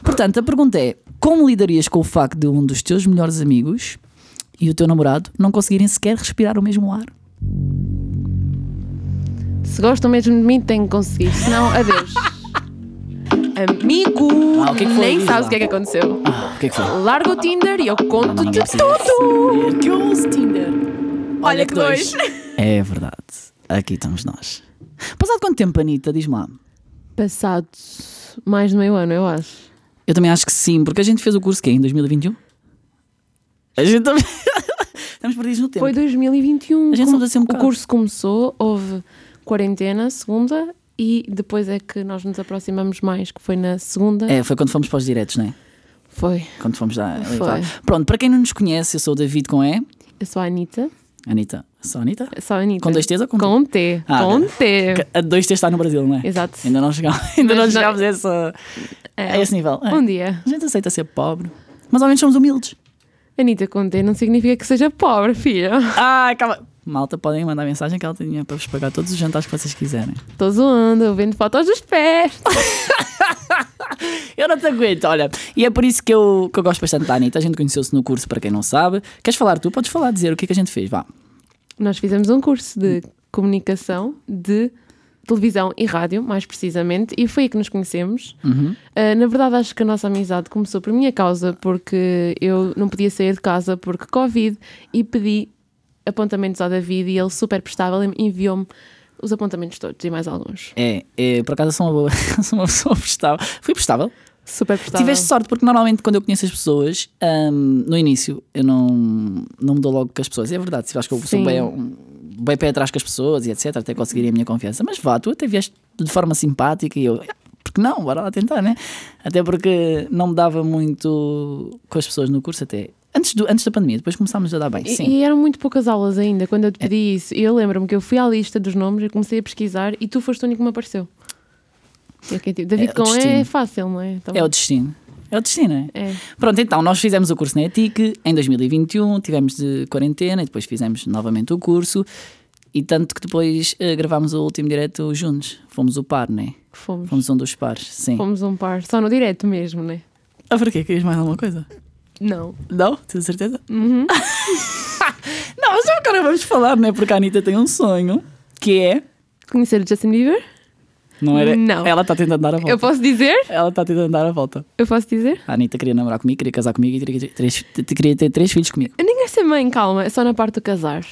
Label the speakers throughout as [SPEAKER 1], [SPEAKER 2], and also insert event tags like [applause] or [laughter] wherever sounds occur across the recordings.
[SPEAKER 1] Portanto, a pergunta é: como lidarias com o facto de um dos teus melhores amigos e o teu namorado não conseguirem sequer respirar o mesmo ar?
[SPEAKER 2] Se gostam mesmo de mim, têm que conseguir. Senão, adeus. [laughs] Amigo,
[SPEAKER 1] Ah, o que é que foi?
[SPEAKER 2] nem
[SPEAKER 1] Diz
[SPEAKER 2] sabes
[SPEAKER 1] lá.
[SPEAKER 2] o que é que aconteceu.
[SPEAKER 1] Ah, o que é que foi?
[SPEAKER 2] Larga o Tinder e eu conto-te
[SPEAKER 1] Ninguém precisa
[SPEAKER 2] tudo. Que ouço Tinder. Olha, que dois.
[SPEAKER 1] É verdade. Aqui estamos nós. Passado quanto tempo, Anitta? Diz-me lá.
[SPEAKER 2] Passado mais de meio ano, eu acho.
[SPEAKER 1] Eu também acho que sim, porque a gente fez o curso que é em 2021? A gente também. [laughs] Estamos perdidos no tempo.
[SPEAKER 2] Foi 2021.
[SPEAKER 1] A gente
[SPEAKER 2] Como-
[SPEAKER 1] sabe assim um
[SPEAKER 2] o
[SPEAKER 1] bocado.
[SPEAKER 2] curso começou, houve quarentena, segunda, e depois é que nós nos aproximamos mais, que foi na segunda.
[SPEAKER 1] É, foi quando fomos para os diretos, não é?
[SPEAKER 2] Foi.
[SPEAKER 1] Quando fomos lá. ali
[SPEAKER 2] Foi.
[SPEAKER 1] para- Pronto, para quem não nos conhece, eu sou o David com E.
[SPEAKER 2] Eu sou a Anitta.
[SPEAKER 1] Anitta. Sou a Anitta?
[SPEAKER 2] Eu sou a Anitta.
[SPEAKER 1] Com dois T's ou com
[SPEAKER 2] Com um T.
[SPEAKER 1] Ah,
[SPEAKER 2] com T.
[SPEAKER 1] Que A 2 T está no Brasil, não é?
[SPEAKER 2] Exato.
[SPEAKER 1] Ainda não chegámos, ainda não
[SPEAKER 2] Mas não-
[SPEAKER 1] chegámos a, essa- a esse nível. É.
[SPEAKER 2] Um dia.
[SPEAKER 1] A gente aceita ser pobre, mas ao menos somos humildes.
[SPEAKER 2] Anitta com T não significa que seja pobre, filha.
[SPEAKER 1] Ah, calma. Malta, podem mandar mensagem que ela tinha para vos pagar todos os jantares que vocês quiserem.
[SPEAKER 2] Tô zoando, eu vendo fotos dos pés.
[SPEAKER 1] Eu não te aguento, olha. E é por isso que eu, que eu gosto bastante da Anitta. A gente conheceu-se no curso, para quem não sabe. Queres falar tu? Podes falar, dizer o que é que a gente fez, vá.
[SPEAKER 2] Nós fizemos um curso de comunicação de televisão e rádio, mais precisamente, e foi aí que nos conhecemos. Ah, na verdade, acho que a nossa amizade começou por minha causa, porque eu não podia sair de casa porque Covid e pedi apontamentos ao David e ele, super prestável, enviou-me os apontamentos todos e mais alguns.
[SPEAKER 1] É, é, por acaso sou uma, boa, [laughs] sou uma pessoa prestável. Fui prestável.
[SPEAKER 2] Super prestável.
[SPEAKER 1] Tiveste sorte, porque normalmente quando eu conheço as pessoas, ahm, no início eu não, não me dou logo com as pessoas. E é verdade, se acho que eu sou
[SPEAKER 2] Sim.
[SPEAKER 1] bem, um- bem pé atrás com as pessoas e etc, até conseguirem a minha confiança. Mas vá, tu até vieste de forma simpática e eu, "Ah, porque não, bora lá tentar, né? Até porque não me dava muito com as pessoas no curso, até antes, do, antes da pandemia, depois começámos a dar bem.
[SPEAKER 2] E-
[SPEAKER 1] Sim. É.
[SPEAKER 2] E, eram muito poucas aulas ainda quando eu te pedi isso. E eu lembro-me que eu fui à lista dos nomes, eu comecei a pesquisar e tu foste o único que me apareceu. E eu fiquei tipo, David
[SPEAKER 1] É o
[SPEAKER 2] com E é
[SPEAKER 1] destino.
[SPEAKER 2] fácil, não é? Então,
[SPEAKER 1] É o destino. É o destino, é?
[SPEAKER 2] É.
[SPEAKER 1] Pronto, então, nós fizemos o curso na ETIC em 2021, tivemos de quarentena e depois fizemos novamente o curso. E tanto que depois eh, gravámos o último direto juntos. Fomos o par, né?
[SPEAKER 2] fomos.
[SPEAKER 1] Fomos um dos pares, sim.
[SPEAKER 2] Fomos um par, só no direto mesmo, né?
[SPEAKER 1] Ah, porquê? Querias mais alguma coisa?
[SPEAKER 2] Não.
[SPEAKER 1] Não? Tens certeza? Uhum. [laughs] não, mas agora vamos falar, né? Porque a Anitta tem um sonho que é.
[SPEAKER 2] Conhecer o Justin Bieber?
[SPEAKER 1] Não era?
[SPEAKER 2] Não.
[SPEAKER 1] Ela está tentando dar a volta.
[SPEAKER 2] Eu posso dizer?
[SPEAKER 1] Ela está tentando dar a volta.
[SPEAKER 2] Eu posso dizer?
[SPEAKER 1] A Anitta queria namorar comigo, queria casar comigo e queria ter três, queria ter três filhos comigo.
[SPEAKER 2] Eu nem quero ser mãe, calma, é só na parte do casar.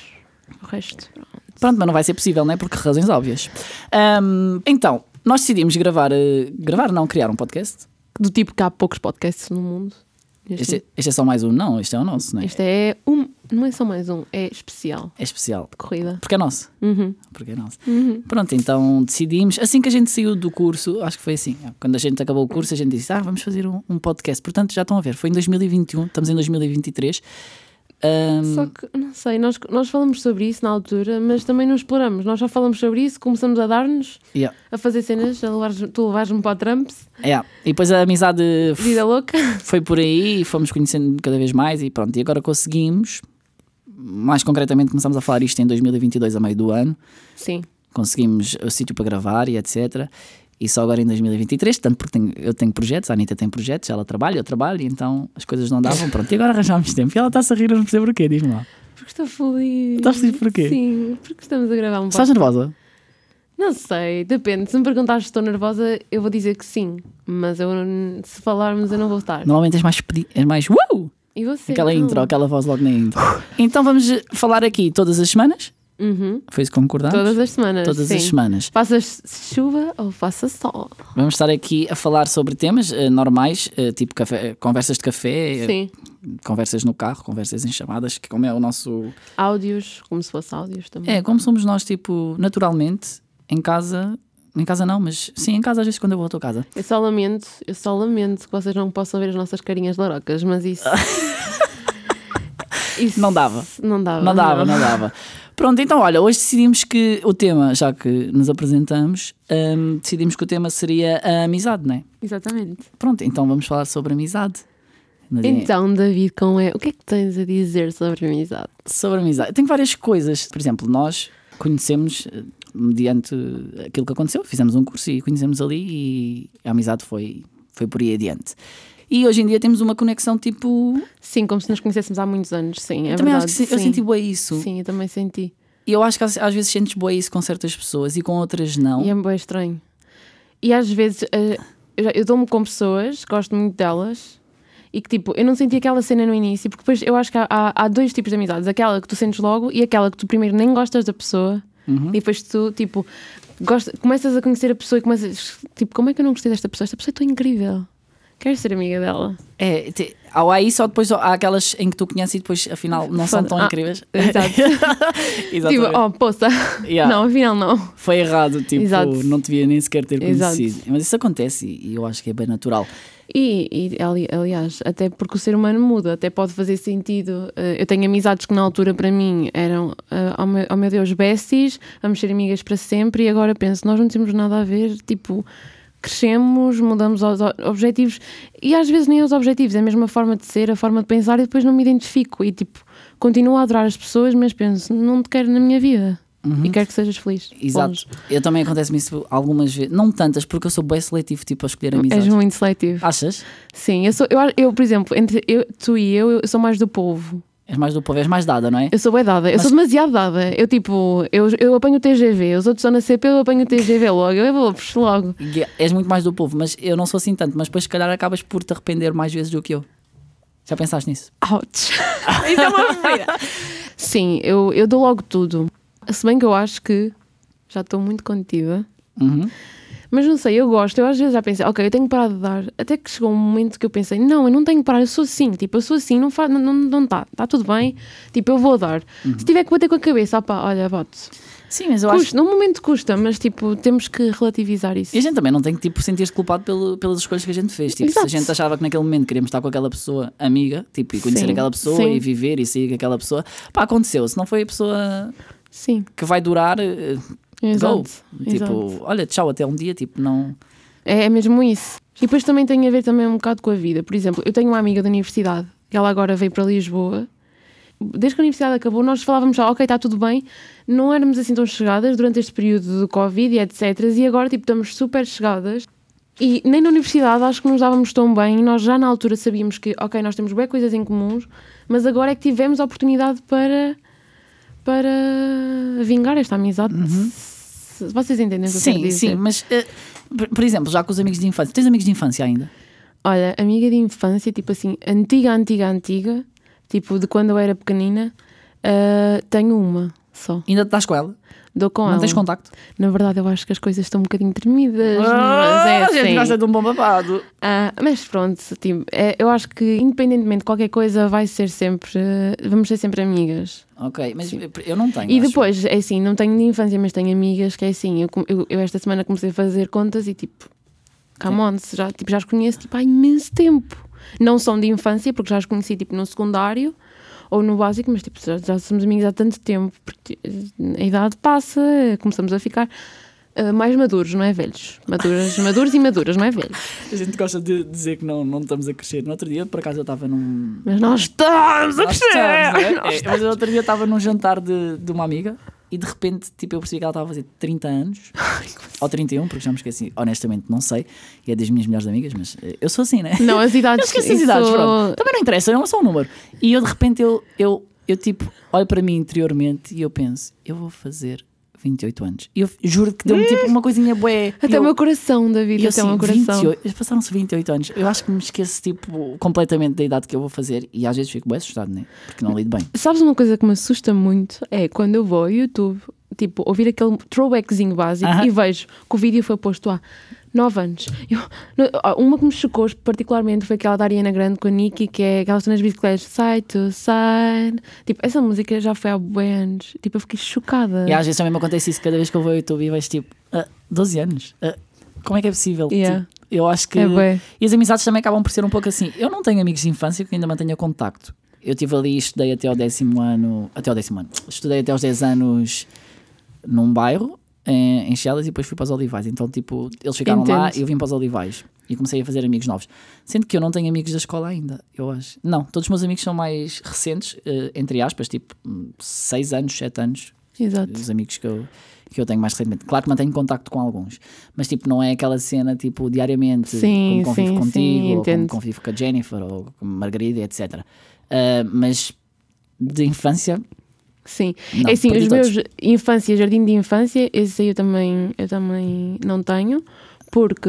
[SPEAKER 2] O resto.
[SPEAKER 1] Pronto, mas não vai ser possível, não é? Porque razões óbvias. Ahm, então, nós decidimos gravar, eh, gravar não, criar um podcast.
[SPEAKER 2] Do tipo que há poucos podcasts no mundo. Este,
[SPEAKER 1] Este, este é só mais um, não, este é o nosso, não é?
[SPEAKER 2] este é um, não é só mais um, é especial. Uhum.
[SPEAKER 1] É especial.
[SPEAKER 2] Corrida.
[SPEAKER 1] Porque é nosso. Porque é nosso.
[SPEAKER 2] Uhum.
[SPEAKER 1] Pronto, então decidimos, assim que a gente saiu do curso, acho que foi assim, é, quando a gente acabou o curso, a gente disse, ah, vamos fazer um, um podcast. Portanto, já estão a ver, foi em 2021, estamos em 2023. Ahm,
[SPEAKER 2] Só que, não sei, nós, nós falamos sobre isso na altura, mas também não exploramos. Nós já falamos sobre isso, começamos a dar-nos,
[SPEAKER 1] yeah,
[SPEAKER 2] a fazer cenas, a levares, tu levares-me para o Trumps,
[SPEAKER 1] yeah. E depois a amizade
[SPEAKER 2] vida louca. [laughs]
[SPEAKER 1] foi por aí e fomos conhecendo cada vez mais e pronto, e agora conseguimos, mais concretamente começámos a falar isto em 2022 a meio do ano,
[SPEAKER 2] Sim.
[SPEAKER 1] conseguimos o sítio para gravar e etc. E só agora em 2023, tanto porque tenho- eu tenho projetos, a Anitta tem projetos, ela trabalha, eu trabalho, e então as coisas não davam, pronto. E agora arranjámos tempo. E ela está a rir, eu não percebo porquê, diz-me lá.
[SPEAKER 2] Porque estou feliz.
[SPEAKER 1] Estás feliz porquê?
[SPEAKER 2] Sim, porque estamos a gravar um
[SPEAKER 1] Estás
[SPEAKER 2] podcast.
[SPEAKER 1] nervosa?
[SPEAKER 2] Não sei, depende. Se me perguntares se estou nervosa, eu vou dizer que sim. Mas eu, não- se falarmos, eu não vou estar.
[SPEAKER 1] Normalmente és mais pedi, és mais uau!
[SPEAKER 2] E você?
[SPEAKER 1] Aquela
[SPEAKER 2] não?
[SPEAKER 1] intro, aquela voz logo na intro. Então vamos eh, falar aqui todas as semanas.
[SPEAKER 2] Uhum.
[SPEAKER 1] Foi isso que concordamos?
[SPEAKER 2] Todas as semanas.
[SPEAKER 1] Todas
[SPEAKER 2] sim.
[SPEAKER 1] as semanas.
[SPEAKER 2] Faça chuva ou faça sol.
[SPEAKER 1] Vamos estar aqui a falar sobre temas eh, normais, eh, tipo café- conversas de café, eh,
[SPEAKER 2] Sim.
[SPEAKER 1] conversas no carro, conversas em chamadas, que como é o nosso.
[SPEAKER 2] Áudios, como se fosse áudios também.
[SPEAKER 1] É, como somos nós, tipo, naturalmente, em casa. Em casa não, mas sim, em casa às vezes quando eu vou à tua casa.
[SPEAKER 2] Eu só lamento, eu só lamento que vocês não possam ver as nossas carinhas larocas,
[SPEAKER 1] [laughs]
[SPEAKER 2] mas isso. isso
[SPEAKER 1] Não dava.
[SPEAKER 2] Não dava.
[SPEAKER 1] Não dava, não dava. Pronto, então olha, hoje decidimos que o tema, já que nos apresentamos, hum, decidimos que o tema seria a amizade, não é?
[SPEAKER 2] Exatamente.
[SPEAKER 1] Pronto, então vamos falar sobre amizade. Mas é-
[SPEAKER 2] Então, David, com é, o que é que tens a dizer sobre amizade?
[SPEAKER 1] Sobre amizade. Tem várias coisas. Por exemplo, nós conhecemos eh, mediante aquilo que aconteceu. Fizemos um curso e conhecemos ali e a amizade foi, foi por aí adiante. E hoje em dia temos uma conexão tipo.
[SPEAKER 2] Sim, como se nos conhecêssemos há muitos anos, sim, é
[SPEAKER 1] também acho
[SPEAKER 2] verdade.
[SPEAKER 1] que se- eu
[SPEAKER 2] sim.
[SPEAKER 1] senti boa isso.
[SPEAKER 2] Sim, eu também senti.
[SPEAKER 1] E eu acho que às, às vezes sentes boa isso com certas pessoas e com outras não.
[SPEAKER 2] E é bem estranho. E às vezes eh, eu, já- eu dou-me com pessoas, gosto muito delas, e que tipo, eu não senti aquela cena no início, porque depois eu acho que há, há, há dois tipos de amizades: aquela que tu sentes logo e aquela que tu primeiro nem gostas da pessoa,
[SPEAKER 1] Uhum.
[SPEAKER 2] e depois tu, tipo, gosta, começas a conhecer a pessoa e começas, tipo, como é que eu não gostei desta pessoa? Esta pessoa é tão incrível. Quero ser amiga dela.
[SPEAKER 1] É, te, ou há isso ou depois há aquelas em que tu conheces e depois afinal não são tão
[SPEAKER 2] Ah,
[SPEAKER 1] incríveis.
[SPEAKER 2] [laughs] Exato. tipo,
[SPEAKER 1] [laughs] Exatamente.
[SPEAKER 2] oh, poça.
[SPEAKER 1] Yeah.
[SPEAKER 2] [laughs] Não, afinal não.
[SPEAKER 1] Foi errado, tipo,
[SPEAKER 2] Exato.
[SPEAKER 1] não devia nem sequer ter
[SPEAKER 2] Exato.
[SPEAKER 1] conhecido. Mas isso acontece e, e eu acho que é bem natural.
[SPEAKER 2] E, e, ali- aliás, até porque o ser humano muda, até pode fazer sentido. Eh, Eu tenho amizades que na altura para mim eram, eh, oh meu, oh meu Deus, besties, vamos ser amigas para sempre, e agora penso, nós não temos nada a ver, tipo, crescemos, mudamos os o- objetivos, e às vezes nem os objetivos, é a mesma forma de ser, a forma de pensar, e depois não me identifico, e tipo, continuo a adorar as pessoas, mas penso, não te quero na minha vida, e quero que sejas feliz.
[SPEAKER 1] Exato.
[SPEAKER 2] Longe.
[SPEAKER 1] Eu também acontece-me isso algumas vezes. Não tantas, porque eu sou bem seletivo, tipo, a escolher amizades.
[SPEAKER 2] És muito seletivo.
[SPEAKER 1] Achas?
[SPEAKER 2] Sim, eu, sou, eu, eu por exemplo, entre eu, tu e eu, eu sou mais do povo.
[SPEAKER 1] És mais do povo, és mais dada, não é?
[SPEAKER 2] Eu sou bué dada, eu sou demasiado dada. Eu tipo, eu, eu apanho o TGV, os outros estão na CP, eu apanho o TGV logo, eu vou puxo logo.
[SPEAKER 1] E é, És muito mais do povo, mas eu não sou assim tanto. Mas depois, se calhar, acabas por te arrepender mais vezes do que eu. Já pensaste nisso?
[SPEAKER 2] Ouch! [laughs] Isso é uma mentira. Sim, eu, eu dou logo tudo. Se bem que eu acho que já estou muito contida.
[SPEAKER 1] Uhum.
[SPEAKER 2] Mas não sei, eu gosto. Eu às vezes já pensei, ok, eu tenho que parar de dar. Até que chegou um momento que eu pensei, não, eu não tenho que parar, eu sou assim. Tipo, eu sou assim, não está, não, não, não tá, tá tudo bem. Tipo, eu vou dar. Se tiver que bater com a cabeça, opá, olha, bote.
[SPEAKER 1] Sim, mas Uhum. eu acho.
[SPEAKER 2] Custa, num momento custa, mas tipo, temos que relativizar isso.
[SPEAKER 1] E a gente também não tem que tipo, sentir-se culpado pelo- pelas escolhas que a gente fez. Tipo,
[SPEAKER 2] Exato.
[SPEAKER 1] se a gente achava que naquele momento queríamos estar com aquela pessoa amiga, tipo, e conhecer
[SPEAKER 2] Sim,
[SPEAKER 1] aquela pessoa
[SPEAKER 2] sim.
[SPEAKER 1] e viver e sair com aquela pessoa, pá, aconteceu. Se não foi a pessoa
[SPEAKER 2] Sim,
[SPEAKER 1] que vai durar, eh,
[SPEAKER 2] exato.
[SPEAKER 1] go.
[SPEAKER 2] exato.
[SPEAKER 1] Tipo, olha, tchau até um dia, tipo, não.
[SPEAKER 2] É, é mesmo isso. E depois também tem a ver também um bocado com a vida. Por exemplo, eu tenho uma amiga da universidade que ela agora veio para Lisboa. Desde que a universidade acabou, nós falávamos já, ok, está tudo bem. Não éramos assim tão chegadas durante este período do Covid e etc. E agora, tipo, estamos super chegadas. E nem na universidade acho que nos dávamos tão bem. Nós já na altura sabíamos que, ok, nós temos bem coisas em comuns, mas agora é que tivemos a oportunidade para, para vingar esta amizade. Se- Vocês entendem o que eu quero
[SPEAKER 1] Uhum. Sim,
[SPEAKER 2] dizer?
[SPEAKER 1] sim, mas eh, por- por exemplo, já com os amigos de infância, tens amigos de infância ainda?
[SPEAKER 2] Olha, amiga de infância, tipo assim, antiga, antiga, antiga, tipo de quando eu era pequenina, ah, tenho uma só.
[SPEAKER 1] Ainda estás com ela?
[SPEAKER 2] Dou com
[SPEAKER 1] não
[SPEAKER 2] ela.
[SPEAKER 1] tens contacto?
[SPEAKER 2] Na verdade, eu acho que as coisas estão um bocadinho tremidas,
[SPEAKER 1] Ah,
[SPEAKER 2] mas é
[SPEAKER 1] a gente
[SPEAKER 2] assim.
[SPEAKER 1] gosta de um bom babado.
[SPEAKER 2] Ah, mas pronto, tipo, é, eu acho que independentemente de qualquer coisa, vai ser sempre. ah, Vamos ser sempre amigas.
[SPEAKER 1] Ok, mas eu não tenho.
[SPEAKER 2] E
[SPEAKER 1] acho.
[SPEAKER 2] depois, é assim, não tenho de infância, mas tenho amigas que é assim, eu, com- eu- eu esta semana comecei a fazer contas e tipo, come on, se já, tipo, já as conheço tipo, há imenso tempo. Não são de infância, porque já as conheci tipo no secundário ou no básico, mas tipo, já, já somos amigos há tanto tempo, porque eh, a idade passa, eh, começamos a ficar eh, mais maduros, não é velhos?
[SPEAKER 1] [laughs]
[SPEAKER 2] Maduras, maduros e maduras, não é velhos?
[SPEAKER 1] A gente gosta de dizer que não, não estamos a crescer. No outro dia, por acaso, eu estava num,
[SPEAKER 2] Mas nós estamos a
[SPEAKER 1] Nós
[SPEAKER 2] crescer!
[SPEAKER 1] estamos, não é?
[SPEAKER 2] Nós
[SPEAKER 1] É, mas eu outro dia estava num jantar de, de uma amiga e de repente tipo, eu percebi que ela estava a fazer 30 anos ou 31, porque já me esqueci, honestamente não sei, e é das minhas melhores amigas, mas eh, eu sou assim, né?
[SPEAKER 2] Não, as idades-
[SPEAKER 1] Eu esqueci as idades,
[SPEAKER 2] Ah, isso-
[SPEAKER 1] pronto. Também não interessa, não é só um número. E eu de repente eu, eu, eu tipo, olho para mim interiormente e eu penso, eu vou fazer 28 anos. E eu juro que deu-me tipo uma coisinha bué. E
[SPEAKER 2] Até
[SPEAKER 1] eu,
[SPEAKER 2] o meu coração, David,
[SPEAKER 1] e eu
[SPEAKER 2] até o
[SPEAKER 1] assim,
[SPEAKER 2] meu coração.
[SPEAKER 1] 28, passaram-se 28 anos. Eu acho que me esqueço tipo, completamente da idade que eu vou fazer e às vezes fico bem assustado, né? Porque não lido bem.
[SPEAKER 2] Sabes uma coisa que me assusta muito? É quando eu vou ao YouTube, tipo, ouvir aquele throwbackzinho básico
[SPEAKER 1] Aham.
[SPEAKER 2] e vejo que o vídeo foi posto há 9 anos. Eu- no- ah, uma que me chocou particularmente foi aquela da Ariana Grande com a Nicki, que é aquelas nas bicicletas, side to side. Tipo, essa música já foi há bué anos. Tipo, eu fiquei chocada.
[SPEAKER 1] E às vezes também me acontece isso cada vez que eu vou ao YouTube e vejo tipo, ah, 12 anos? Ah, como é que é possível?
[SPEAKER 2] Yeah.
[SPEAKER 1] Tipo, eu acho que.
[SPEAKER 2] É bué.
[SPEAKER 1] e as amizades também acabam por ser um pouco assim. Eu não tenho amigos de infância que ainda mantenha contacto. Eu estive ali e estudei até ao décimo ano. Até ao décimo ano. Estudei até aos 10 anos num bairro, em, em Chelas, e depois fui para os Olivais. Então, tipo, eles ficaram lá
[SPEAKER 2] Entendo.
[SPEAKER 1] e eu vim para os Olivais. E comecei a fazer amigos novos. Sendo que eu não tenho amigos da escola ainda, eu acho. Não, todos os meus amigos são mais recentes, eh, entre aspas, tipo, 6 hum, anos, 7 anos
[SPEAKER 2] Exato.
[SPEAKER 1] os amigos que eu, que eu tenho mais recentemente. Claro que mantenho contacto com alguns, mas tipo, não é aquela cena tipo diariamente,
[SPEAKER 2] Sim,
[SPEAKER 1] como convivo
[SPEAKER 2] sim,
[SPEAKER 1] contigo,
[SPEAKER 2] sim,
[SPEAKER 1] ou como
[SPEAKER 2] entendo.
[SPEAKER 1] convivo com a Jennifer, ou com a Margarida, etc. Ah, mas de infância,
[SPEAKER 2] Sim.
[SPEAKER 1] Não,
[SPEAKER 2] é assim,
[SPEAKER 1] perdi
[SPEAKER 2] os
[SPEAKER 1] todos.
[SPEAKER 2] meus infância, jardim de infância, esse aí eu também, eu também não tenho, porque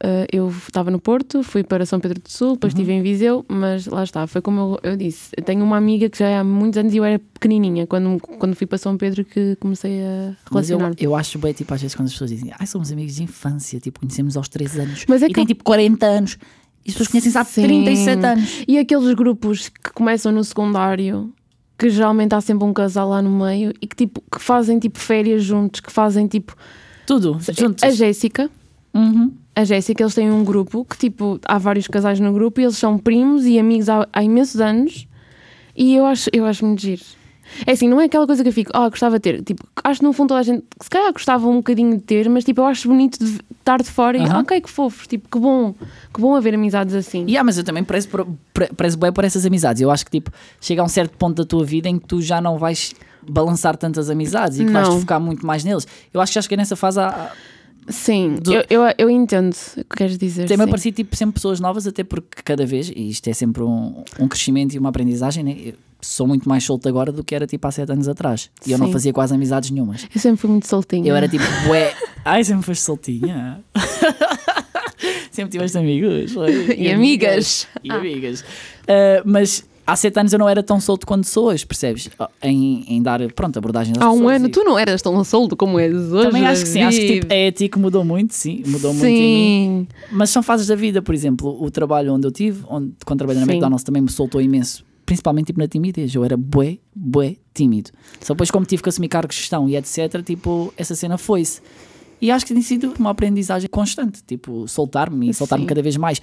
[SPEAKER 2] ah, eu estava no Porto, fui para São Pedro do Sul,
[SPEAKER 1] Uhum.
[SPEAKER 2] depois estive em Viseu, mas lá está, foi como eu, eu disse. Eu tenho uma amiga que já é há muitos anos e eu era pequenininha, quando, quando fui para São Pedro que comecei a
[SPEAKER 1] mas eu,
[SPEAKER 2] relacionar-me.
[SPEAKER 1] eu acho bem, tipo, às vezes quando as pessoas dizem, ai, somos amigos de infância, tipo, conhecemos aos 3 anos,
[SPEAKER 2] Mas é
[SPEAKER 1] e
[SPEAKER 2] que
[SPEAKER 1] tem
[SPEAKER 2] eu-
[SPEAKER 1] tipo 40 anos, e as pessoas conhecem-se há
[SPEAKER 2] Sim.
[SPEAKER 1] 37 anos.
[SPEAKER 2] E aqueles grupos que começam no secundário, que geralmente há sempre um casal lá no meio e que tipo que fazem tipo férias juntos, que fazem tipo
[SPEAKER 1] Tudo,
[SPEAKER 2] a
[SPEAKER 1] juntos.
[SPEAKER 2] Jéssica.
[SPEAKER 1] Uhum.
[SPEAKER 2] A Jéssica, eles têm um grupo que tipo há vários casais no grupo e eles são primos e amigos há, há imensos anos. E eu acho, eu acho muito giro. É assim, não é aquela coisa que eu fico, ah, gostava de ter. Tipo, acho que no fundo toda a gente, se calhar gostava um bocadinho de ter, mas tipo, eu acho bonito de estar de fora e,
[SPEAKER 1] Aham.
[SPEAKER 2] ok, que fofos, tipo, que bom, que bom haver amizades assim.
[SPEAKER 1] Yeah, mas eu também prezo, por, pre- prezo bem por essas amizades. Eu acho que tipo, chega a um certo ponto da tua vida em que tu já não vais balançar tantas amizades e que vais te
[SPEAKER 2] Não.
[SPEAKER 1] focar muito mais neles. Eu acho que já cheguei nessa fase. há- há-
[SPEAKER 2] Sim,
[SPEAKER 1] Do-
[SPEAKER 2] eu, eu, eu entendo o que queres dizer.
[SPEAKER 1] Tem-me
[SPEAKER 2] sim.
[SPEAKER 1] aparecido tipo, sempre pessoas novas, até porque cada vez, e isto é sempre um, um crescimento e uma aprendizagem, né? Eu sou muito mais solto agora do que era tipo há sete anos atrás. E eu não
[SPEAKER 2] Sim.
[SPEAKER 1] fazia quase amizades nenhumas.
[SPEAKER 2] Eu sempre fui muito soltinha.
[SPEAKER 1] Eu era tipo, ué, [laughs] ai, sempre foste
[SPEAKER 2] [laughs]
[SPEAKER 1] soltinha. sempre tiveste amigos. ué,
[SPEAKER 2] E amigas.
[SPEAKER 1] E amigas. Ah, mas há sete anos eu não era tão solto quanto sou hoje, percebes? Ah, Em, em dar, pronto, abordagem às
[SPEAKER 2] Há um
[SPEAKER 1] pessoas
[SPEAKER 2] ano
[SPEAKER 1] e-
[SPEAKER 2] tu não eras tão solto como és hoje.
[SPEAKER 1] Também acho que sim, acho que tipo,
[SPEAKER 2] David.
[SPEAKER 1] a ética mudou muito, sim, mudou muito em mim.
[SPEAKER 2] Sim,
[SPEAKER 1] Mas são fases da vida, por exemplo, o trabalho onde eu tive, onde, quando trabalhei na
[SPEAKER 2] Sim.
[SPEAKER 1] McDonald's também me soltou imenso, principalmente tipo, na timidez. Eu era bué, bué tímido. Só depois, como tive que assumir cargos de gestão e etc., tipo, essa cena foi-se. E acho que tem sido uma aprendizagem constante, tipo, soltar-me e soltar-me
[SPEAKER 2] Sim.
[SPEAKER 1] cada vez mais.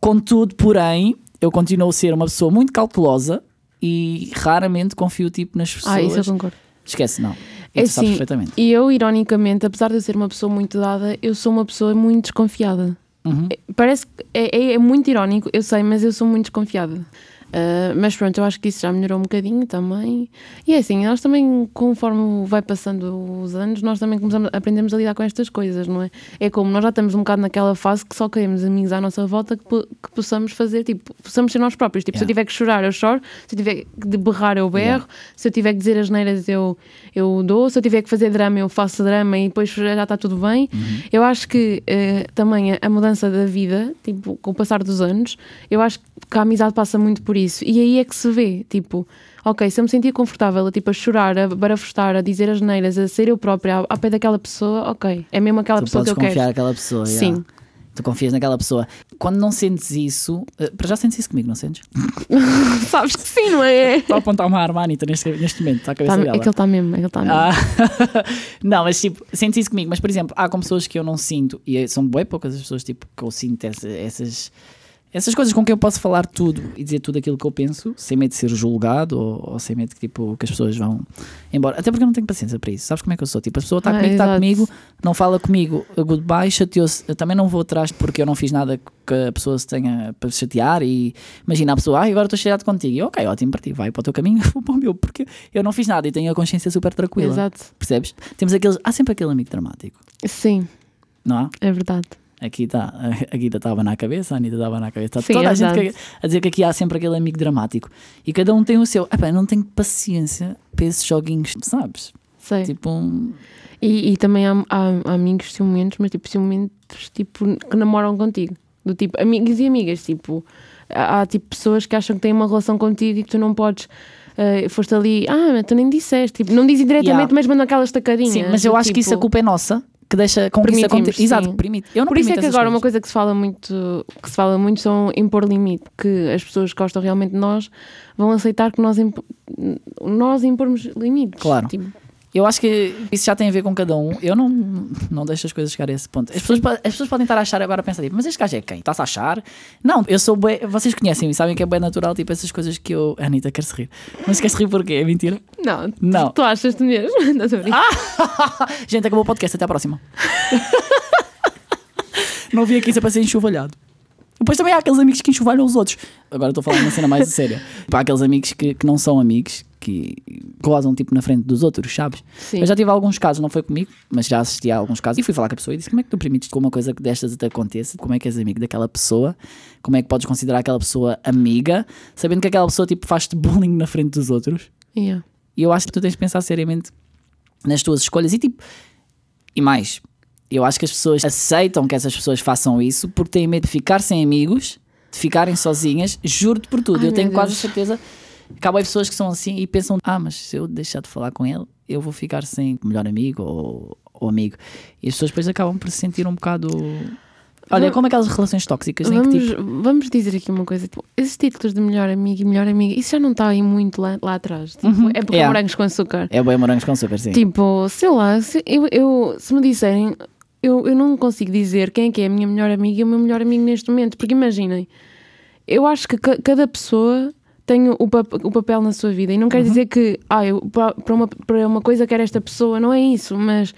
[SPEAKER 1] Contudo, porém, eu continuo a ser uma pessoa muito cautelosa e raramente confio tipo nas pessoas.
[SPEAKER 2] ah, isso eu concordo.
[SPEAKER 1] Esquece, não. E
[SPEAKER 2] É
[SPEAKER 1] tu sabes
[SPEAKER 2] assim,
[SPEAKER 1] perfeitamente.
[SPEAKER 2] E eu, ironicamente, apesar de eu ser uma pessoa muito dada, eu sou uma pessoa muito desconfiada.
[SPEAKER 1] Uhum.
[SPEAKER 2] É- Parece que é, é- é muito irónico, eu sei, mas eu sou muito desconfiada. Ah, mas pronto, eu acho que isso já melhorou um bocadinho também. E é assim, nós também, conforme vai passando os anos, nós também começamos, aprendemos a lidar com estas coisas, não é? É como nós já estamos um bocado naquela fase que só queremos amigos à nossa volta que, po- que possamos fazer, tipo, possamos ser nós próprios. Tipo, se eu
[SPEAKER 1] Yeah.
[SPEAKER 2] tiver que chorar, eu choro, se eu tiver que de berrar, eu é berro, se eu tiver que dizer as neiras, eu, eu dou, se eu tiver que fazer drama, eu faço drama e depois já está tudo bem.
[SPEAKER 1] Uhum.
[SPEAKER 2] Eu acho que eh, também a, a mudança da vida, tipo, com o passar dos anos, eu acho que a amizade passa muito por isso. E aí é que se vê, tipo, ok, se eu me sentia confortável tipo, a chorar, a barafustar, a dizer as neiras, a ser eu própria ao, ao pé daquela pessoa, ok, é mesmo aquela
[SPEAKER 1] Tu
[SPEAKER 2] pessoa
[SPEAKER 1] podes
[SPEAKER 2] que eu quero.
[SPEAKER 1] confiar naquela pessoa. já.
[SPEAKER 2] Sim.
[SPEAKER 1] Tu confias naquela pessoa. Quando não sentes isso, eh, para já sentes isso comigo, não [laughs] sentes?
[SPEAKER 2] [laughs] Sabes que sim, não é?
[SPEAKER 1] Estou a apontar uma Armani neste, neste momento, à
[SPEAKER 2] Tá,
[SPEAKER 1] cabeça dela.
[SPEAKER 2] aquele está mesmo, aquele está tá mesmo.
[SPEAKER 1] é, Ah, [laughs] não, mas tipo, sentes isso comigo. Mas, por exemplo, há com pessoas que eu não sinto, e eh, são bem poucas as pessoas tipo, que eu sinto essa- essas, essas coisas com que eu posso falar tudo e dizer tudo aquilo que eu penso, sem medo de ser julgado ou, ou sem medo que, tipo, que as pessoas vão embora. Até porque eu não tenho paciência para isso. Sabes como é que eu sou? Tipo, a pessoa está
[SPEAKER 2] Ah,
[SPEAKER 1] comigo, está
[SPEAKER 2] exato.
[SPEAKER 1] comigo, não fala comigo, goodbye, chateou-se. Eu também não vou atrás porque eu não fiz nada que a pessoa se tenha para se chatear. E imagina a pessoa, ah, agora estou chateado contigo. E eu, ok, ótimo para ti, vai para o teu caminho, [laughs] vou para o meu, porque eu não fiz nada e tenho a consciência super tranquila.
[SPEAKER 2] Exato.
[SPEAKER 1] Percebes? Temos aqueles. Há sempre aquele amigo dramático,
[SPEAKER 2] Sim,
[SPEAKER 1] não há?
[SPEAKER 2] é verdade.
[SPEAKER 1] Aqui está. A Guida estava na cabeça, a Anitta estava na cabeça. Está
[SPEAKER 2] Sim,
[SPEAKER 1] toda
[SPEAKER 2] é
[SPEAKER 1] a gente
[SPEAKER 2] verdade.
[SPEAKER 1] que- a dizer que aqui há sempre aquele amigo dramático. E cada um tem o seu. Epá, eu não tenho paciência para esses joguinhos, sabes?
[SPEAKER 2] Sei.
[SPEAKER 1] Tipo um.
[SPEAKER 2] E, e também há, há- há amigos ciumentos, mas tipo ciumentos tipo, que namoram contigo. Do tipo, amigos e amigas, tipo, há, há, tipo pessoas que acham que têm uma relação contigo e que tu não podes. eh, foste ali, ah, mas tu nem disseste. Tipo, não dizem diretamente,
[SPEAKER 1] Yeah.
[SPEAKER 2] mas mandam aquelas tacadinhas.
[SPEAKER 1] Sim, mas eu
[SPEAKER 2] do
[SPEAKER 1] acho que isso a
[SPEAKER 2] tipo-
[SPEAKER 1] culpa é nossa, que deixa com que isso
[SPEAKER 2] Permitimos,
[SPEAKER 1] aconteça.
[SPEAKER 2] sim.
[SPEAKER 1] Exato, permite. Eu não
[SPEAKER 2] Por isso é que
[SPEAKER 1] permito
[SPEAKER 2] agora uma
[SPEAKER 1] essas coisas.
[SPEAKER 2] coisa que se fala muito, que se fala muito são impor limite, que as pessoas que gostam realmente de nós vão aceitar que nós, impo- nós impormos limites.
[SPEAKER 1] Claro.
[SPEAKER 2] Tipo,
[SPEAKER 1] Eu acho que isso já tem a ver com cada um. Eu não, não deixo as coisas chegar a esse ponto. As pessoas, po- as pessoas podem estar a achar agora, a pensar, tipo, mas este gajo é quem? Está-se a achar? Não, eu sou bem. Vocês conhecem e sabem que é bem natural, tipo, essas coisas que eu. Anitta, quer-se rir. Mas quer-se rir porquê? É mentira?
[SPEAKER 2] não,
[SPEAKER 1] Não.
[SPEAKER 2] tu achas-te mesmo. [laughs] Estás a brincar.
[SPEAKER 1] Gente, acabou o podcast, até à próxima. não vi aqui, se passei enxovalhado. Depois também há aqueles amigos que enxovalham os outros. Agora estou a falar de uma cena mais séria. Pá, há aqueles amigos que, que não são amigos, que gozam tipo na frente dos outros, sabes?
[SPEAKER 2] Sim.
[SPEAKER 1] Eu já tive alguns casos, não foi comigo, mas já assisti a alguns casos e fui falar com a pessoa e disse como é que tu permites que uma coisa que destas te aconteça? Como é que és amigo daquela pessoa? Como é que podes considerar aquela pessoa amiga, sabendo que aquela pessoa tipo faz-te bullying na frente dos outros?
[SPEAKER 2] Yeah.
[SPEAKER 1] E eu acho que tu tens de pensar seriamente nas tuas escolhas e tipo, e mais, eu acho que as pessoas aceitam que essas pessoas façam isso porque têm medo de ficar sem amigos, de ficarem sozinhas, juro-te por tudo. eu
[SPEAKER 2] Ai, meu
[SPEAKER 1] tenho quase
[SPEAKER 2] Deus.
[SPEAKER 1] certeza que há bué pessoas que são assim e pensam, ah, mas se eu deixar de falar com ele, eu vou ficar sem melhor amigo ou, ou amigo. E as pessoas depois acabam por se sentir um bocado. Olha,
[SPEAKER 2] Vam-
[SPEAKER 1] como aquelas relações tóxicas em que
[SPEAKER 2] Vamos,
[SPEAKER 1] tipo.
[SPEAKER 2] vamos dizer aqui uma coisa: tipo, esses títulos de melhor amigo e melhor amiga, isso já não está aí muito lá, lá atrás. Tipo, é porque
[SPEAKER 1] Uhum. Yeah.
[SPEAKER 2] morangos com açúcar.
[SPEAKER 1] É bem morangos com açúcar, sim.
[SPEAKER 2] Tipo, sei lá, se, eu, eu- se me disserem, eu, eu não consigo dizer quem é que é a minha melhor amiga e o meu melhor amigo neste momento, porque imaginem, eu acho que ca- cada pessoa tem o, pap- o papel na sua vida e não quer dizer que, ah, eu pa- para uma, para uma coisa quero esta pessoa, não é isso, mas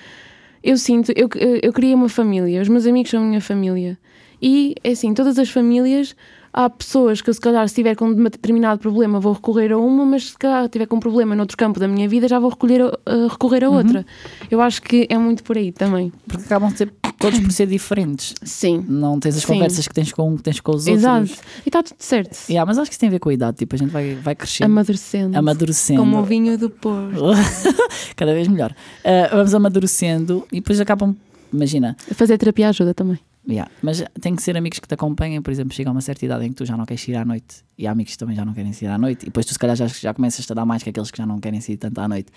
[SPEAKER 2] eu sinto, eu, eu, eu queria uma família, os meus amigos são a minha família e, é assim, todas as famílias. Há pessoas que, eu, se calhar, se tiver com um determinado problema, vou recorrer a uma, mas se calhar tiver com um problema noutro campo da minha vida, já vou recolher a- a recorrer a outra. Eu acho que é muito por aí também.
[SPEAKER 1] Porque acabam de ser, todos por ser diferentes.
[SPEAKER 2] Sim.
[SPEAKER 1] Não tens as
[SPEAKER 2] Sim.
[SPEAKER 1] conversas que tens com um, que tens com os
[SPEAKER 2] Exato.
[SPEAKER 1] outros.
[SPEAKER 2] E é assim, está tudo certo.
[SPEAKER 1] Yeah, mas acho que isso tem a ver com a idade, tipo, a gente vai, vai crescendo,
[SPEAKER 2] Amadurecendo.
[SPEAKER 1] amadurecendo.
[SPEAKER 2] Como o vinho do Porto.
[SPEAKER 1] [laughs] Cada vez melhor. Ah, vamos amadurecendo e depois acabam. Imagina,
[SPEAKER 2] Fazer terapia ajuda também.
[SPEAKER 1] yeah, mas tem que ser amigos que te acompanhem. Por exemplo, chega a uma certa idade em que tu já não queres ir à noite e há amigos que também já não querem sair à noite. E depois tu, se calhar, já, já começas a dar mais que aqueles que já não querem sair tanto à noite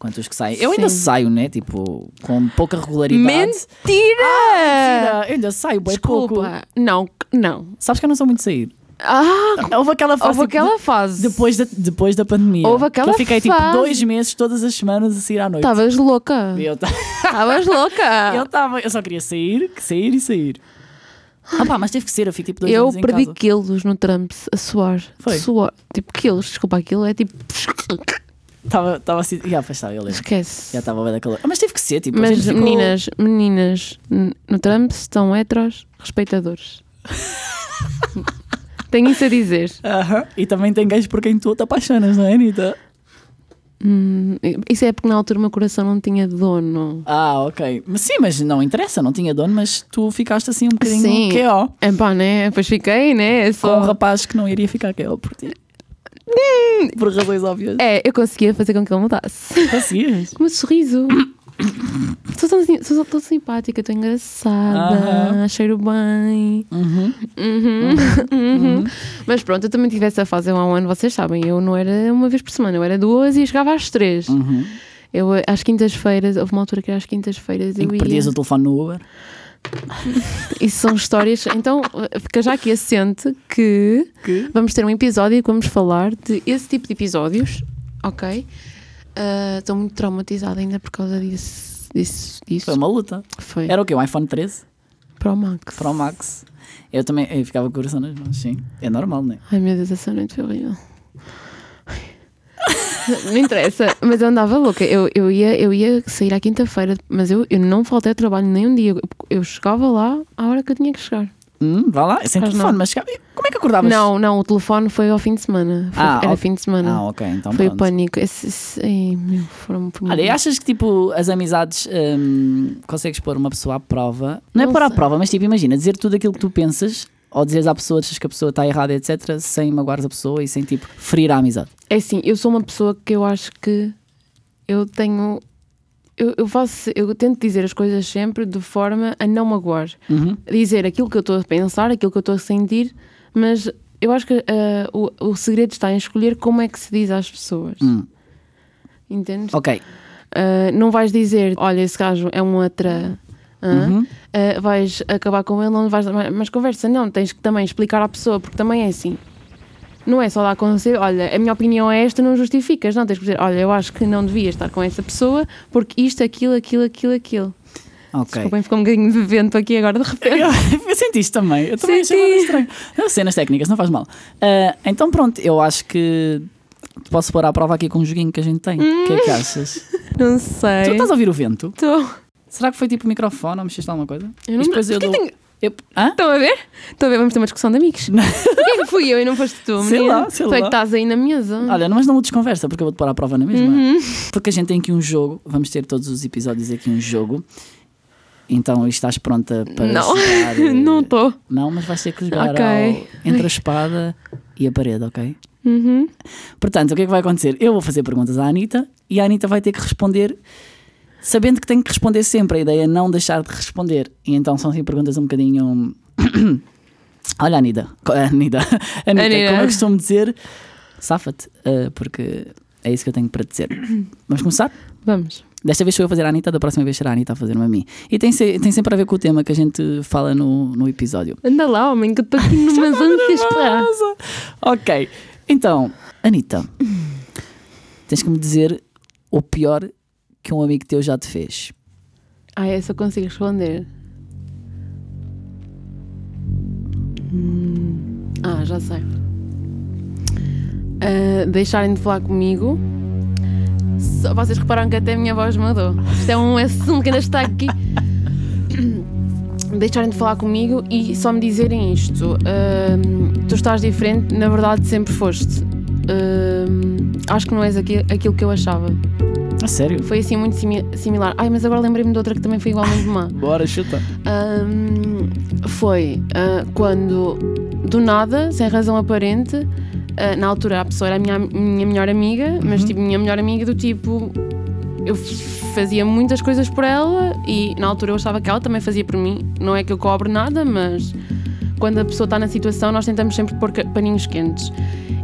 [SPEAKER 1] quanto os que saem. Eu ainda
[SPEAKER 2] Sim.
[SPEAKER 1] saio, né? Tipo, com pouca regularidade.
[SPEAKER 2] Ah, Mentira!
[SPEAKER 1] Mentira, Eu ainda saio, bem pouco.
[SPEAKER 2] Desculpa. Não, não.
[SPEAKER 1] Sabes que eu não sou muito de sair.
[SPEAKER 2] Ah,
[SPEAKER 1] Houve aquela fase.
[SPEAKER 2] houve
[SPEAKER 1] tipo,
[SPEAKER 2] aquela fase.
[SPEAKER 1] Depois da, depois da pandemia.
[SPEAKER 2] Houve aquela
[SPEAKER 1] que eu fiquei tipo
[SPEAKER 2] fase.
[SPEAKER 1] dois meses, todas as semanas, a sair à noite.
[SPEAKER 2] Estavas [laughs] louca.
[SPEAKER 1] E eu ta- [laughs]
[SPEAKER 2] Estavas [laughs]
[SPEAKER 1] eu
[SPEAKER 2] louca.
[SPEAKER 1] tava- eu só queria sair, que sair e sair. Ah pá, mas teve que ser, eu fico tipo dois
[SPEAKER 2] Eu
[SPEAKER 1] anos em
[SPEAKER 2] perdi
[SPEAKER 1] casa.
[SPEAKER 2] quilos no Trumps a suar.
[SPEAKER 1] Foi?
[SPEAKER 2] Suor. Tipo, quilos, desculpa, aquilo é tipo.
[SPEAKER 1] Tava, tava assim, já pois tá, eu lembro.
[SPEAKER 2] Esquece.
[SPEAKER 1] Já estava bem da calor. Ah, Mas teve que ser, tipo, a
[SPEAKER 2] Mas
[SPEAKER 1] gente ficou-
[SPEAKER 2] meninas, meninas n- no Trumps estão heteros, [laughs] respeitadores. Tenho isso a dizer.
[SPEAKER 1] Aham. E também tem gays por quem tu te apaixonas, não é, Anitta?
[SPEAKER 2] Hum, isso é porque na altura o meu coração não tinha dono.
[SPEAKER 1] Ah, ok. Mas sim, mas não interessa, não tinha dono, mas tu ficaste assim um bocadinho
[SPEAKER 2] Sim.
[SPEAKER 1] QO.
[SPEAKER 2] É pá, né? Depois fiquei, né? É
[SPEAKER 1] Com
[SPEAKER 2] Só...
[SPEAKER 1] um rapaz que não iria ficar QO por ti.
[SPEAKER 2] Hum.
[SPEAKER 1] por razões óbvias. Assim é
[SPEAKER 2] É, eu conseguia fazer com que ele
[SPEAKER 1] [laughs]
[SPEAKER 2] mudasse.
[SPEAKER 1] Conseguias?
[SPEAKER 2] Com o meu sorriso. sou, tão, sim- sou tão simpática, estou engraçada,
[SPEAKER 1] Aham.
[SPEAKER 2] cheiro bem.
[SPEAKER 1] Uhum.
[SPEAKER 2] Uhum, [laughs] uhum. Mas pronto, eu também tive essa fase há um ano, vocês sabem. Eu não era uma vez por semana, eu era duas e eu chegava às três.
[SPEAKER 1] Uhum.
[SPEAKER 2] Eu, eh, às quintas-feiras, houve uma altura que era às quintas-feiras
[SPEAKER 1] Em
[SPEAKER 2] eu
[SPEAKER 1] que
[SPEAKER 2] ia.
[SPEAKER 1] perdias o telefone no Uber.
[SPEAKER 2] [laughs] Isso são histórias. Então, eh, fica já aqui assente que
[SPEAKER 1] Que?
[SPEAKER 2] vamos ter um episódio em que vamos falar de esse tipo de episódios, ok? Ah, Estou muito traumatizada ainda por causa disso. disso, disso.
[SPEAKER 1] Foi uma luta.
[SPEAKER 2] Foi.
[SPEAKER 1] Era o quê? Um iPhone 13?
[SPEAKER 2] Pro Max.
[SPEAKER 1] Pro Max. Eu também eu ficava com o coração nas mãos, sim. É normal, né?
[SPEAKER 2] Ai meu Deus, essa noite foi horrível. [laughs] Não interessa, mas eu andava louca. Eu, eu, ia, eu ia sair à quinta-feira, mas eu, eu não faltei ao trabalho nem um dia. Eu, eu chegava lá à hora que eu tinha que chegar.
[SPEAKER 1] Hum, vá lá, sem
[SPEAKER 2] Mas
[SPEAKER 1] telefone,
[SPEAKER 2] não.
[SPEAKER 1] mas chegava- como é que acordavas?
[SPEAKER 2] Não, não, o telefone foi ao fim de semana. Foi-
[SPEAKER 1] Ah,
[SPEAKER 2] era
[SPEAKER 1] ao-
[SPEAKER 2] fim de semana.
[SPEAKER 1] Ah, ok, então
[SPEAKER 2] foi o
[SPEAKER 1] pronto.
[SPEAKER 2] pânico. Esse, esse, ai, meu, foram foi
[SPEAKER 1] Olha, e
[SPEAKER 2] muito-
[SPEAKER 1] achas que tipo as amizades hum, consegues pôr uma pessoa à prova? Não, é
[SPEAKER 2] Não
[SPEAKER 1] pôr à
[SPEAKER 2] sei.
[SPEAKER 1] prova, mas tipo, imagina, dizer tudo aquilo que tu pensas ou dizeres à pessoa achas que a pessoa está errada, etc., sem magoares a pessoa e sem tipo ferir a amizade.
[SPEAKER 2] É assim, eu sou uma pessoa que eu acho que eu tenho. Eu, eu faço, eu tento dizer as coisas sempre de forma a não magoar.
[SPEAKER 1] Uhum.
[SPEAKER 2] Dizer aquilo que eu estou a pensar, aquilo que eu estou a sentir, mas eu acho que ah, o, o segredo está em escolher como é que se diz às pessoas.
[SPEAKER 1] Hum.
[SPEAKER 2] Entendes?
[SPEAKER 1] Ok.
[SPEAKER 2] Ah, não vais dizer, olha, esse gajo é um atra. hã?
[SPEAKER 1] Uhum.
[SPEAKER 2] Ah, vais acabar com ele, não vais dar mais, mais conversa. Não, tens que também explicar à pessoa, porque também é assim. Não é só dar conselho, olha, a minha opinião é esta, não justificas. Não, tens que dizer, olha, eu acho que não devias estar com essa pessoa, porque isto, aquilo, aquilo, aquilo, aquilo.
[SPEAKER 1] Ok.
[SPEAKER 2] Desculpem, ficou um bocadinho de vento aqui agora, de repente.
[SPEAKER 1] [laughs] Eu senti isto também. Eu também achei
[SPEAKER 2] Senti.
[SPEAKER 1] bem estranho. Não, Cenas técnicas, não faz mal. Ah, então pronto, eu acho que te posso pôr à prova aqui com um joguinho que a gente tem. O que
[SPEAKER 2] Hum.
[SPEAKER 1] é que achas?
[SPEAKER 2] [laughs] Não
[SPEAKER 1] Tu
[SPEAKER 2] sei.
[SPEAKER 1] estás a ouvir o vento?
[SPEAKER 2] Tô-
[SPEAKER 1] Será que foi tipo o microfone ou mexeste alguma coisa?
[SPEAKER 2] Eu não
[SPEAKER 1] E depois eu
[SPEAKER 2] Porquê
[SPEAKER 1] dou-
[SPEAKER 2] tenho-
[SPEAKER 1] Eu, hã?
[SPEAKER 2] Estão a ver? Estão a ver? Vamos ter uma discussão de
[SPEAKER 1] [laughs]
[SPEAKER 2] amigos. Porquê que fui eu e não foste tu,
[SPEAKER 1] Sei
[SPEAKER 2] menina?
[SPEAKER 1] lá, sei
[SPEAKER 2] tu é
[SPEAKER 1] lá.
[SPEAKER 2] que estás aí na mesa.
[SPEAKER 1] Olha, mas não mudes conversa, porque eu vou-te pôr à prova na mesma.
[SPEAKER 2] Uhum.
[SPEAKER 1] Porque a gente tem aqui um jogo, vamos ter todos os episódios aqui um jogo. Então, estás pronta para
[SPEAKER 2] Não,
[SPEAKER 1] jogar? eh,
[SPEAKER 2] [laughs] não estou.
[SPEAKER 1] Não, mas vais ter que jogar
[SPEAKER 2] Ok.
[SPEAKER 1] ao- entre a espada e a parede, ok?
[SPEAKER 2] Uhum.
[SPEAKER 1] Portanto, o que é que vai acontecer? Eu vou fazer perguntas à Anitta e a Anitta vai ter que responder, sabendo que tem que responder sempre. A ideia é não deixar de responder. E então são assim perguntas um bocadinho. [coughs] Olha, Anida. [laughs] Anida. Anita,
[SPEAKER 2] Anita.
[SPEAKER 1] como eu costumo dizer, safa-te, eh, porque é isso que eu tenho para te dizer. Vamos começar?
[SPEAKER 2] Vamos.
[SPEAKER 1] Desta vez sou eu a fazer a Anitta, da próxima vez será a Anitta a fazer-me a mim. E tem, se- tem sempre a ver com o tema que a gente fala no, no episódio.
[SPEAKER 2] Anda lá, homem, que eu estou aqui numa
[SPEAKER 1] tá
[SPEAKER 2] ânsias para.
[SPEAKER 1] Maravilhosa. Ok, então, Anitta, tens que me dizer o pior que um amigo teu já te fez.
[SPEAKER 2] Ah, essa eu consigo responder. Hum, Ah, já sei. Ah, deixarem de falar comigo. Só vocês repararam que até a minha voz mudou. Isto é um assunto que ainda está aqui. [coughs] Deixarem de falar comigo e só me dizerem isto. Hum, tu estás diferente, na verdade sempre foste. Hum, acho que não és aqui- aquilo que eu achava.
[SPEAKER 1] A sério?
[SPEAKER 2] Foi assim muito simi- similar. Ai, mas agora lembrei-me de outra que também foi igualmente má.
[SPEAKER 1] Bora, chuta.
[SPEAKER 2] Ahm, foi ah, quando, do nada, sem razão aparente, ah, na altura a pessoa era a minha, minha melhor amiga, mas tipo, minha melhor amiga do tipo. Eu f- fazia muitas coisas por ela e na altura eu achava que ela também fazia por mim. Não é que eu cobro nada, mas quando a pessoa está na situação, nós tentamos sempre pôr ca- paninhos quentes.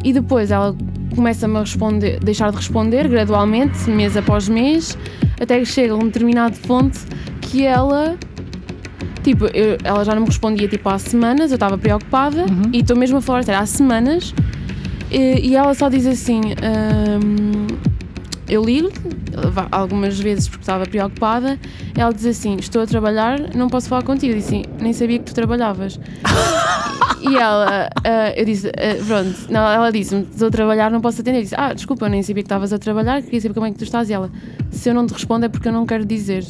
[SPEAKER 2] E depois ela começa-me a responder, deixar de responder gradualmente, mês após mês, até que chega a um determinado ponto que ela. Tipo, eu- ela já não me respondia tipo, há semanas, eu estava preocupada e estou mesmo a falar a sério, há semanas. E, e ela só diz assim: "Hum, Eu ligo-lhe vá- algumas vezes porque estava preocupada. Ela diz assim: Estou a trabalhar, não posso falar contigo. Eu disse: assim, Nem sabia que tu trabalhavas. E ela, ah, eu disse, ah, pronto, não, ela disse-me, estou a trabalhar, não posso atender. Eu disse, ah, desculpa, eu nem sabia que estavas a trabalhar, queria saber como é que tu estás. E ela, se eu não te respondo é porque eu não quero dizer.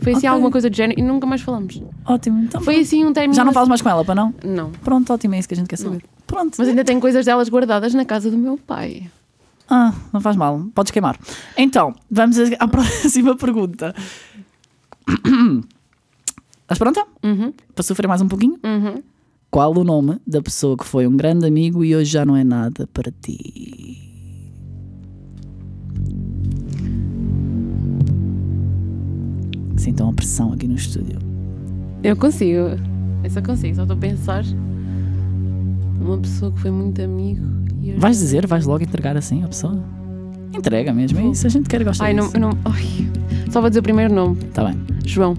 [SPEAKER 2] Foi assim
[SPEAKER 1] Ok.
[SPEAKER 2] alguma coisa do género e nunca mais falamos.
[SPEAKER 1] Ótimo, então
[SPEAKER 2] Foi assim um término.
[SPEAKER 1] já não falas mais com ela, para não?
[SPEAKER 2] Não.
[SPEAKER 1] Pronto, ótimo, é isso que a gente quer saber. Pronto.
[SPEAKER 2] Mas ainda tenho coisas delas guardadas na casa do meu pai.
[SPEAKER 1] Ah, não faz mal, podes queimar. Então, vamos a- à [laughs] próxima pergunta. [coughs] Estás pronta?
[SPEAKER 2] Uhum,
[SPEAKER 1] Para sofrer mais um pouquinho?
[SPEAKER 2] uhum.
[SPEAKER 1] Qual o nome da pessoa que foi um grande amigo e hoje já não é nada para ti? Sintam a pressão aqui no estúdio.
[SPEAKER 2] Eu consigo. Eu só consigo, só estou a pensar. Uma pessoa que foi muito amigo e eu
[SPEAKER 1] Vais
[SPEAKER 2] já-
[SPEAKER 1] dizer, vais logo entregar assim a pessoa? Entrega mesmo, é isso. A gente quer gostar
[SPEAKER 2] Ai, não,
[SPEAKER 1] disso.
[SPEAKER 2] não. Ai. Só vou dizer o primeiro nome:
[SPEAKER 1] Tá bem.
[SPEAKER 2] João.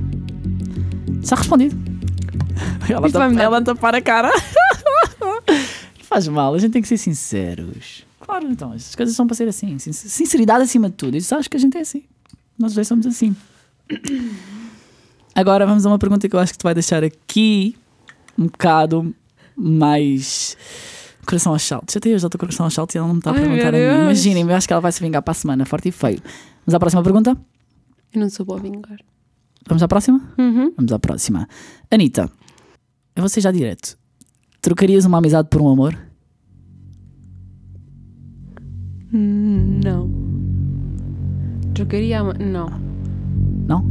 [SPEAKER 1] Está respondido. [laughs] Ela tá
[SPEAKER 2] Isto vai-me
[SPEAKER 1] tapa,
[SPEAKER 2] dar-
[SPEAKER 1] ela tapar a cara. Faz mal, a gente tem que ser sinceros. Claro, então, as coisas são para ser assim. sin- Sinceridade acima de tudo. E tu sabes que a gente é assim. Nós dois somos assim. [clears throat] Agora vamos a uma pergunta que eu acho que te vai deixar aqui um bocado mais. Coração aos saltos. Até eu já estou com o coração aos saltos e ela não me está a
[SPEAKER 2] Ai, meu
[SPEAKER 1] perguntar a mim.
[SPEAKER 2] Deus.
[SPEAKER 1] Imaginem, eu acho que ela vai se vingar para a semana, forte e feio. Vamos à próxima pergunta?
[SPEAKER 2] Eu não sou boa a vingar.
[SPEAKER 1] Vamos à próxima?
[SPEAKER 2] Uhum.
[SPEAKER 1] Vamos à próxima. Anitta, eu vou ser já direto. Trocarias uma amizade por um amor?
[SPEAKER 2] Não. Trocaria a. ma- Não.
[SPEAKER 1] Não?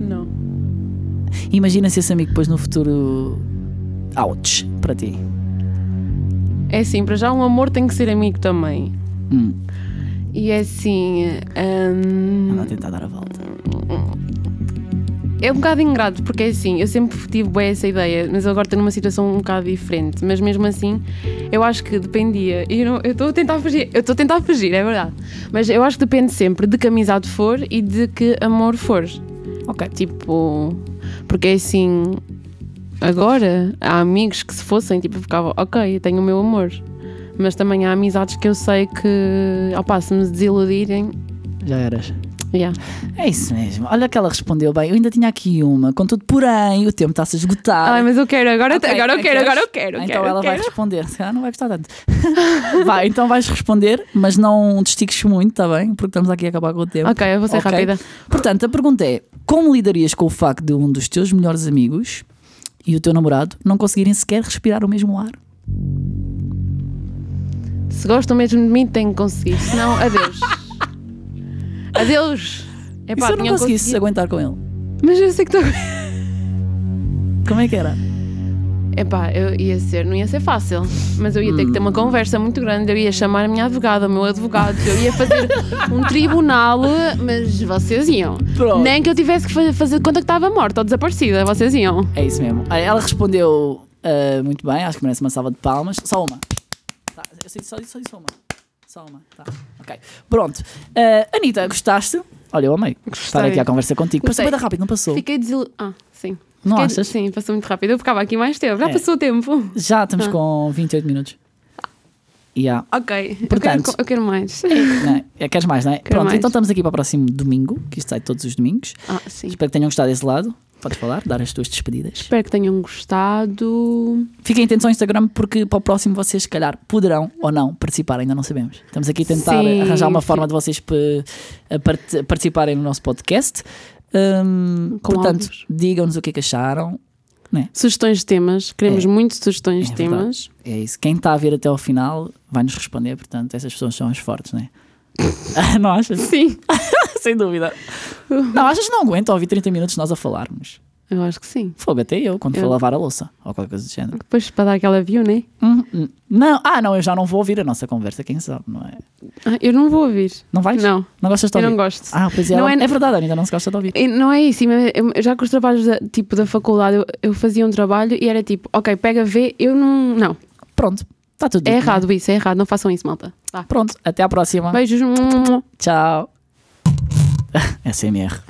[SPEAKER 2] Não.
[SPEAKER 1] Imagina se esse amigo depois no futuro. Ouch, para ti.
[SPEAKER 2] É assim, para já um amor tem que ser amigo também.
[SPEAKER 1] Hum,
[SPEAKER 2] E é assim. hum,
[SPEAKER 1] anda a tentar dar a volta.
[SPEAKER 2] é um bocado ingrato, porque é assim, eu sempre tive bem essa ideia, mas eu agora estou numa situação um bocado diferente. Mas mesmo assim, eu acho que dependia. E eu não- eu estou a tentar fugir, eu estou a tentar fugir, é verdade. Mas eu acho que depende sempre de que amizade for e de que amor for.
[SPEAKER 1] Ok.
[SPEAKER 2] Tipo, porque é assim. Agora há amigos que se fossem, tipo, ficavam, ok, eu tenho o meu amor. Mas também há amizades que eu sei que, opá, se me desiludirem,
[SPEAKER 1] Já eras.
[SPEAKER 2] yeah.
[SPEAKER 1] É isso mesmo. Olha que ela respondeu bem. Eu ainda tinha aqui uma. Contudo, porém, o tempo está-se a esgotar.
[SPEAKER 2] Ai, Ah, mas eu quero, agora, eu te-
[SPEAKER 1] Ok,
[SPEAKER 2] agora eu
[SPEAKER 1] ok,
[SPEAKER 2] quero,
[SPEAKER 1] queres?
[SPEAKER 2] agora eu quero. eu
[SPEAKER 1] Então
[SPEAKER 2] quero, eu
[SPEAKER 1] ela vai
[SPEAKER 2] quero.
[SPEAKER 1] responder. Se calhar não vai gostar tanto. [laughs] vai, então vais responder, mas não te estiques muito, está bem? Porque estamos aqui a acabar com o tempo.
[SPEAKER 2] Ok, eu vou ser
[SPEAKER 1] Ok.
[SPEAKER 2] rápida.
[SPEAKER 1] Portanto, a pergunta é: como lidarias com o facto de um dos teus melhores amigos e o teu namorado não conseguirem sequer respirar o mesmo ar.
[SPEAKER 2] Se gostam mesmo de mim, têm que conseguir. Senão,
[SPEAKER 1] [laughs]
[SPEAKER 2] adeus. adeus. É
[SPEAKER 1] e se eu não conseguisse aguentar com ele?
[SPEAKER 2] Mas eu sei que estou.
[SPEAKER 1] Como é que era?
[SPEAKER 2] Epá, eu ia ser, não ia ser fácil, mas eu ia ter que
[SPEAKER 1] Hum.
[SPEAKER 2] ter uma conversa muito grande, eu ia chamar a minha advogada, o meu advogado, eu ia fazer um tribunal, mas vocês iam.
[SPEAKER 1] Pronto.
[SPEAKER 2] Nem que eu tivesse que fa- fazer de conta que estava morta ou desaparecida, vocês iam.
[SPEAKER 1] É isso mesmo. Olha, Ela respondeu ah, muito bem, acho que merece uma salva de palmas. Só uma. Tá, eu sei, só, só disse uma. Só uma. Tá. Ok. Pronto. Ah, Anitta, gostaste? Olha, eu amei. Estar aqui à conversa contigo. Passou
[SPEAKER 2] Gostei.
[SPEAKER 1] bem rápido, não passou?
[SPEAKER 2] Fiquei desilu... Ah, sim.
[SPEAKER 1] Não
[SPEAKER 2] Fiquei-
[SPEAKER 1] achas?
[SPEAKER 2] Sim, passou muito rápido. Eu ficava aqui mais tempo. Já
[SPEAKER 1] É.
[SPEAKER 2] passou o tempo.
[SPEAKER 1] Já estamos
[SPEAKER 2] Ah.
[SPEAKER 1] com 28 minutos. Yeah.
[SPEAKER 2] Ok. eu, quero,
[SPEAKER 1] Portanto.
[SPEAKER 2] eu quero mais.
[SPEAKER 1] Não é? Queres mais, não é? Pronto,
[SPEAKER 2] mais.
[SPEAKER 1] então estamos aqui para o próximo domingo, que isto sai todos os domingos.
[SPEAKER 2] Ah, sim.
[SPEAKER 1] Espero que tenham gostado desse lado. Podes falar, dar as tuas despedidas.
[SPEAKER 2] Espero que tenham gostado.
[SPEAKER 1] Fiquem atentos ao Instagram porque para o próximo vocês, se calhar, poderão ou não participar, ainda não sabemos. Estamos aqui a tentar
[SPEAKER 2] Sim,
[SPEAKER 1] arranjar uma
[SPEAKER 2] sim.
[SPEAKER 1] forma de vocês pe- a parte- participarem no nosso podcast. Hum,
[SPEAKER 2] Com
[SPEAKER 1] portanto,
[SPEAKER 2] áudios.
[SPEAKER 1] digam-nos o que é que acharam.
[SPEAKER 2] Sugestões de temas. Queremos
[SPEAKER 1] É.
[SPEAKER 2] muito sugestões de
[SPEAKER 1] É verdade.
[SPEAKER 2] temas.
[SPEAKER 1] É isso. Quem está a ver até ao final vai nos responder, portanto, essas pessoas são as fortes, não é? [laughs] não achas?
[SPEAKER 2] Sim.
[SPEAKER 1] Sem dúvida. Não, achas que não aguento ouvir 30 minutos nós a falarmos?
[SPEAKER 2] Eu acho que sim.
[SPEAKER 1] Fogo, até eu, quando for
[SPEAKER 2] Eu-
[SPEAKER 1] lavar a louça ou qualquer coisa do género.
[SPEAKER 2] Depois para dar aquela view, né?
[SPEAKER 1] Hum, hum. Não, ah, não, eu já não vou ouvir a nossa conversa, quem sabe, não é?
[SPEAKER 2] Ah, eu não vou ouvir.
[SPEAKER 1] Não vais?
[SPEAKER 2] Não.
[SPEAKER 1] Não gostas de
[SPEAKER 2] Eu
[SPEAKER 1] ouvir?
[SPEAKER 2] não gosto.
[SPEAKER 1] Ah, pois é,
[SPEAKER 2] Não
[SPEAKER 1] ela-
[SPEAKER 2] é-
[SPEAKER 1] é verdade, ainda não se gosta de ouvir.
[SPEAKER 2] E Não é isso, mas eu- eu já com os trabalhos da, tipo, da faculdade, eu, eu fazia um trabalho e era tipo, ok, pega, vê, eu não. Não,
[SPEAKER 1] Pronto, está tudo dito,
[SPEAKER 2] é
[SPEAKER 1] né?
[SPEAKER 2] errado isso, é errado, não façam isso, malta. Vá.
[SPEAKER 1] Pronto, até à próxima. [laughs]
[SPEAKER 2] Beijos.
[SPEAKER 1] Tchau. SMR.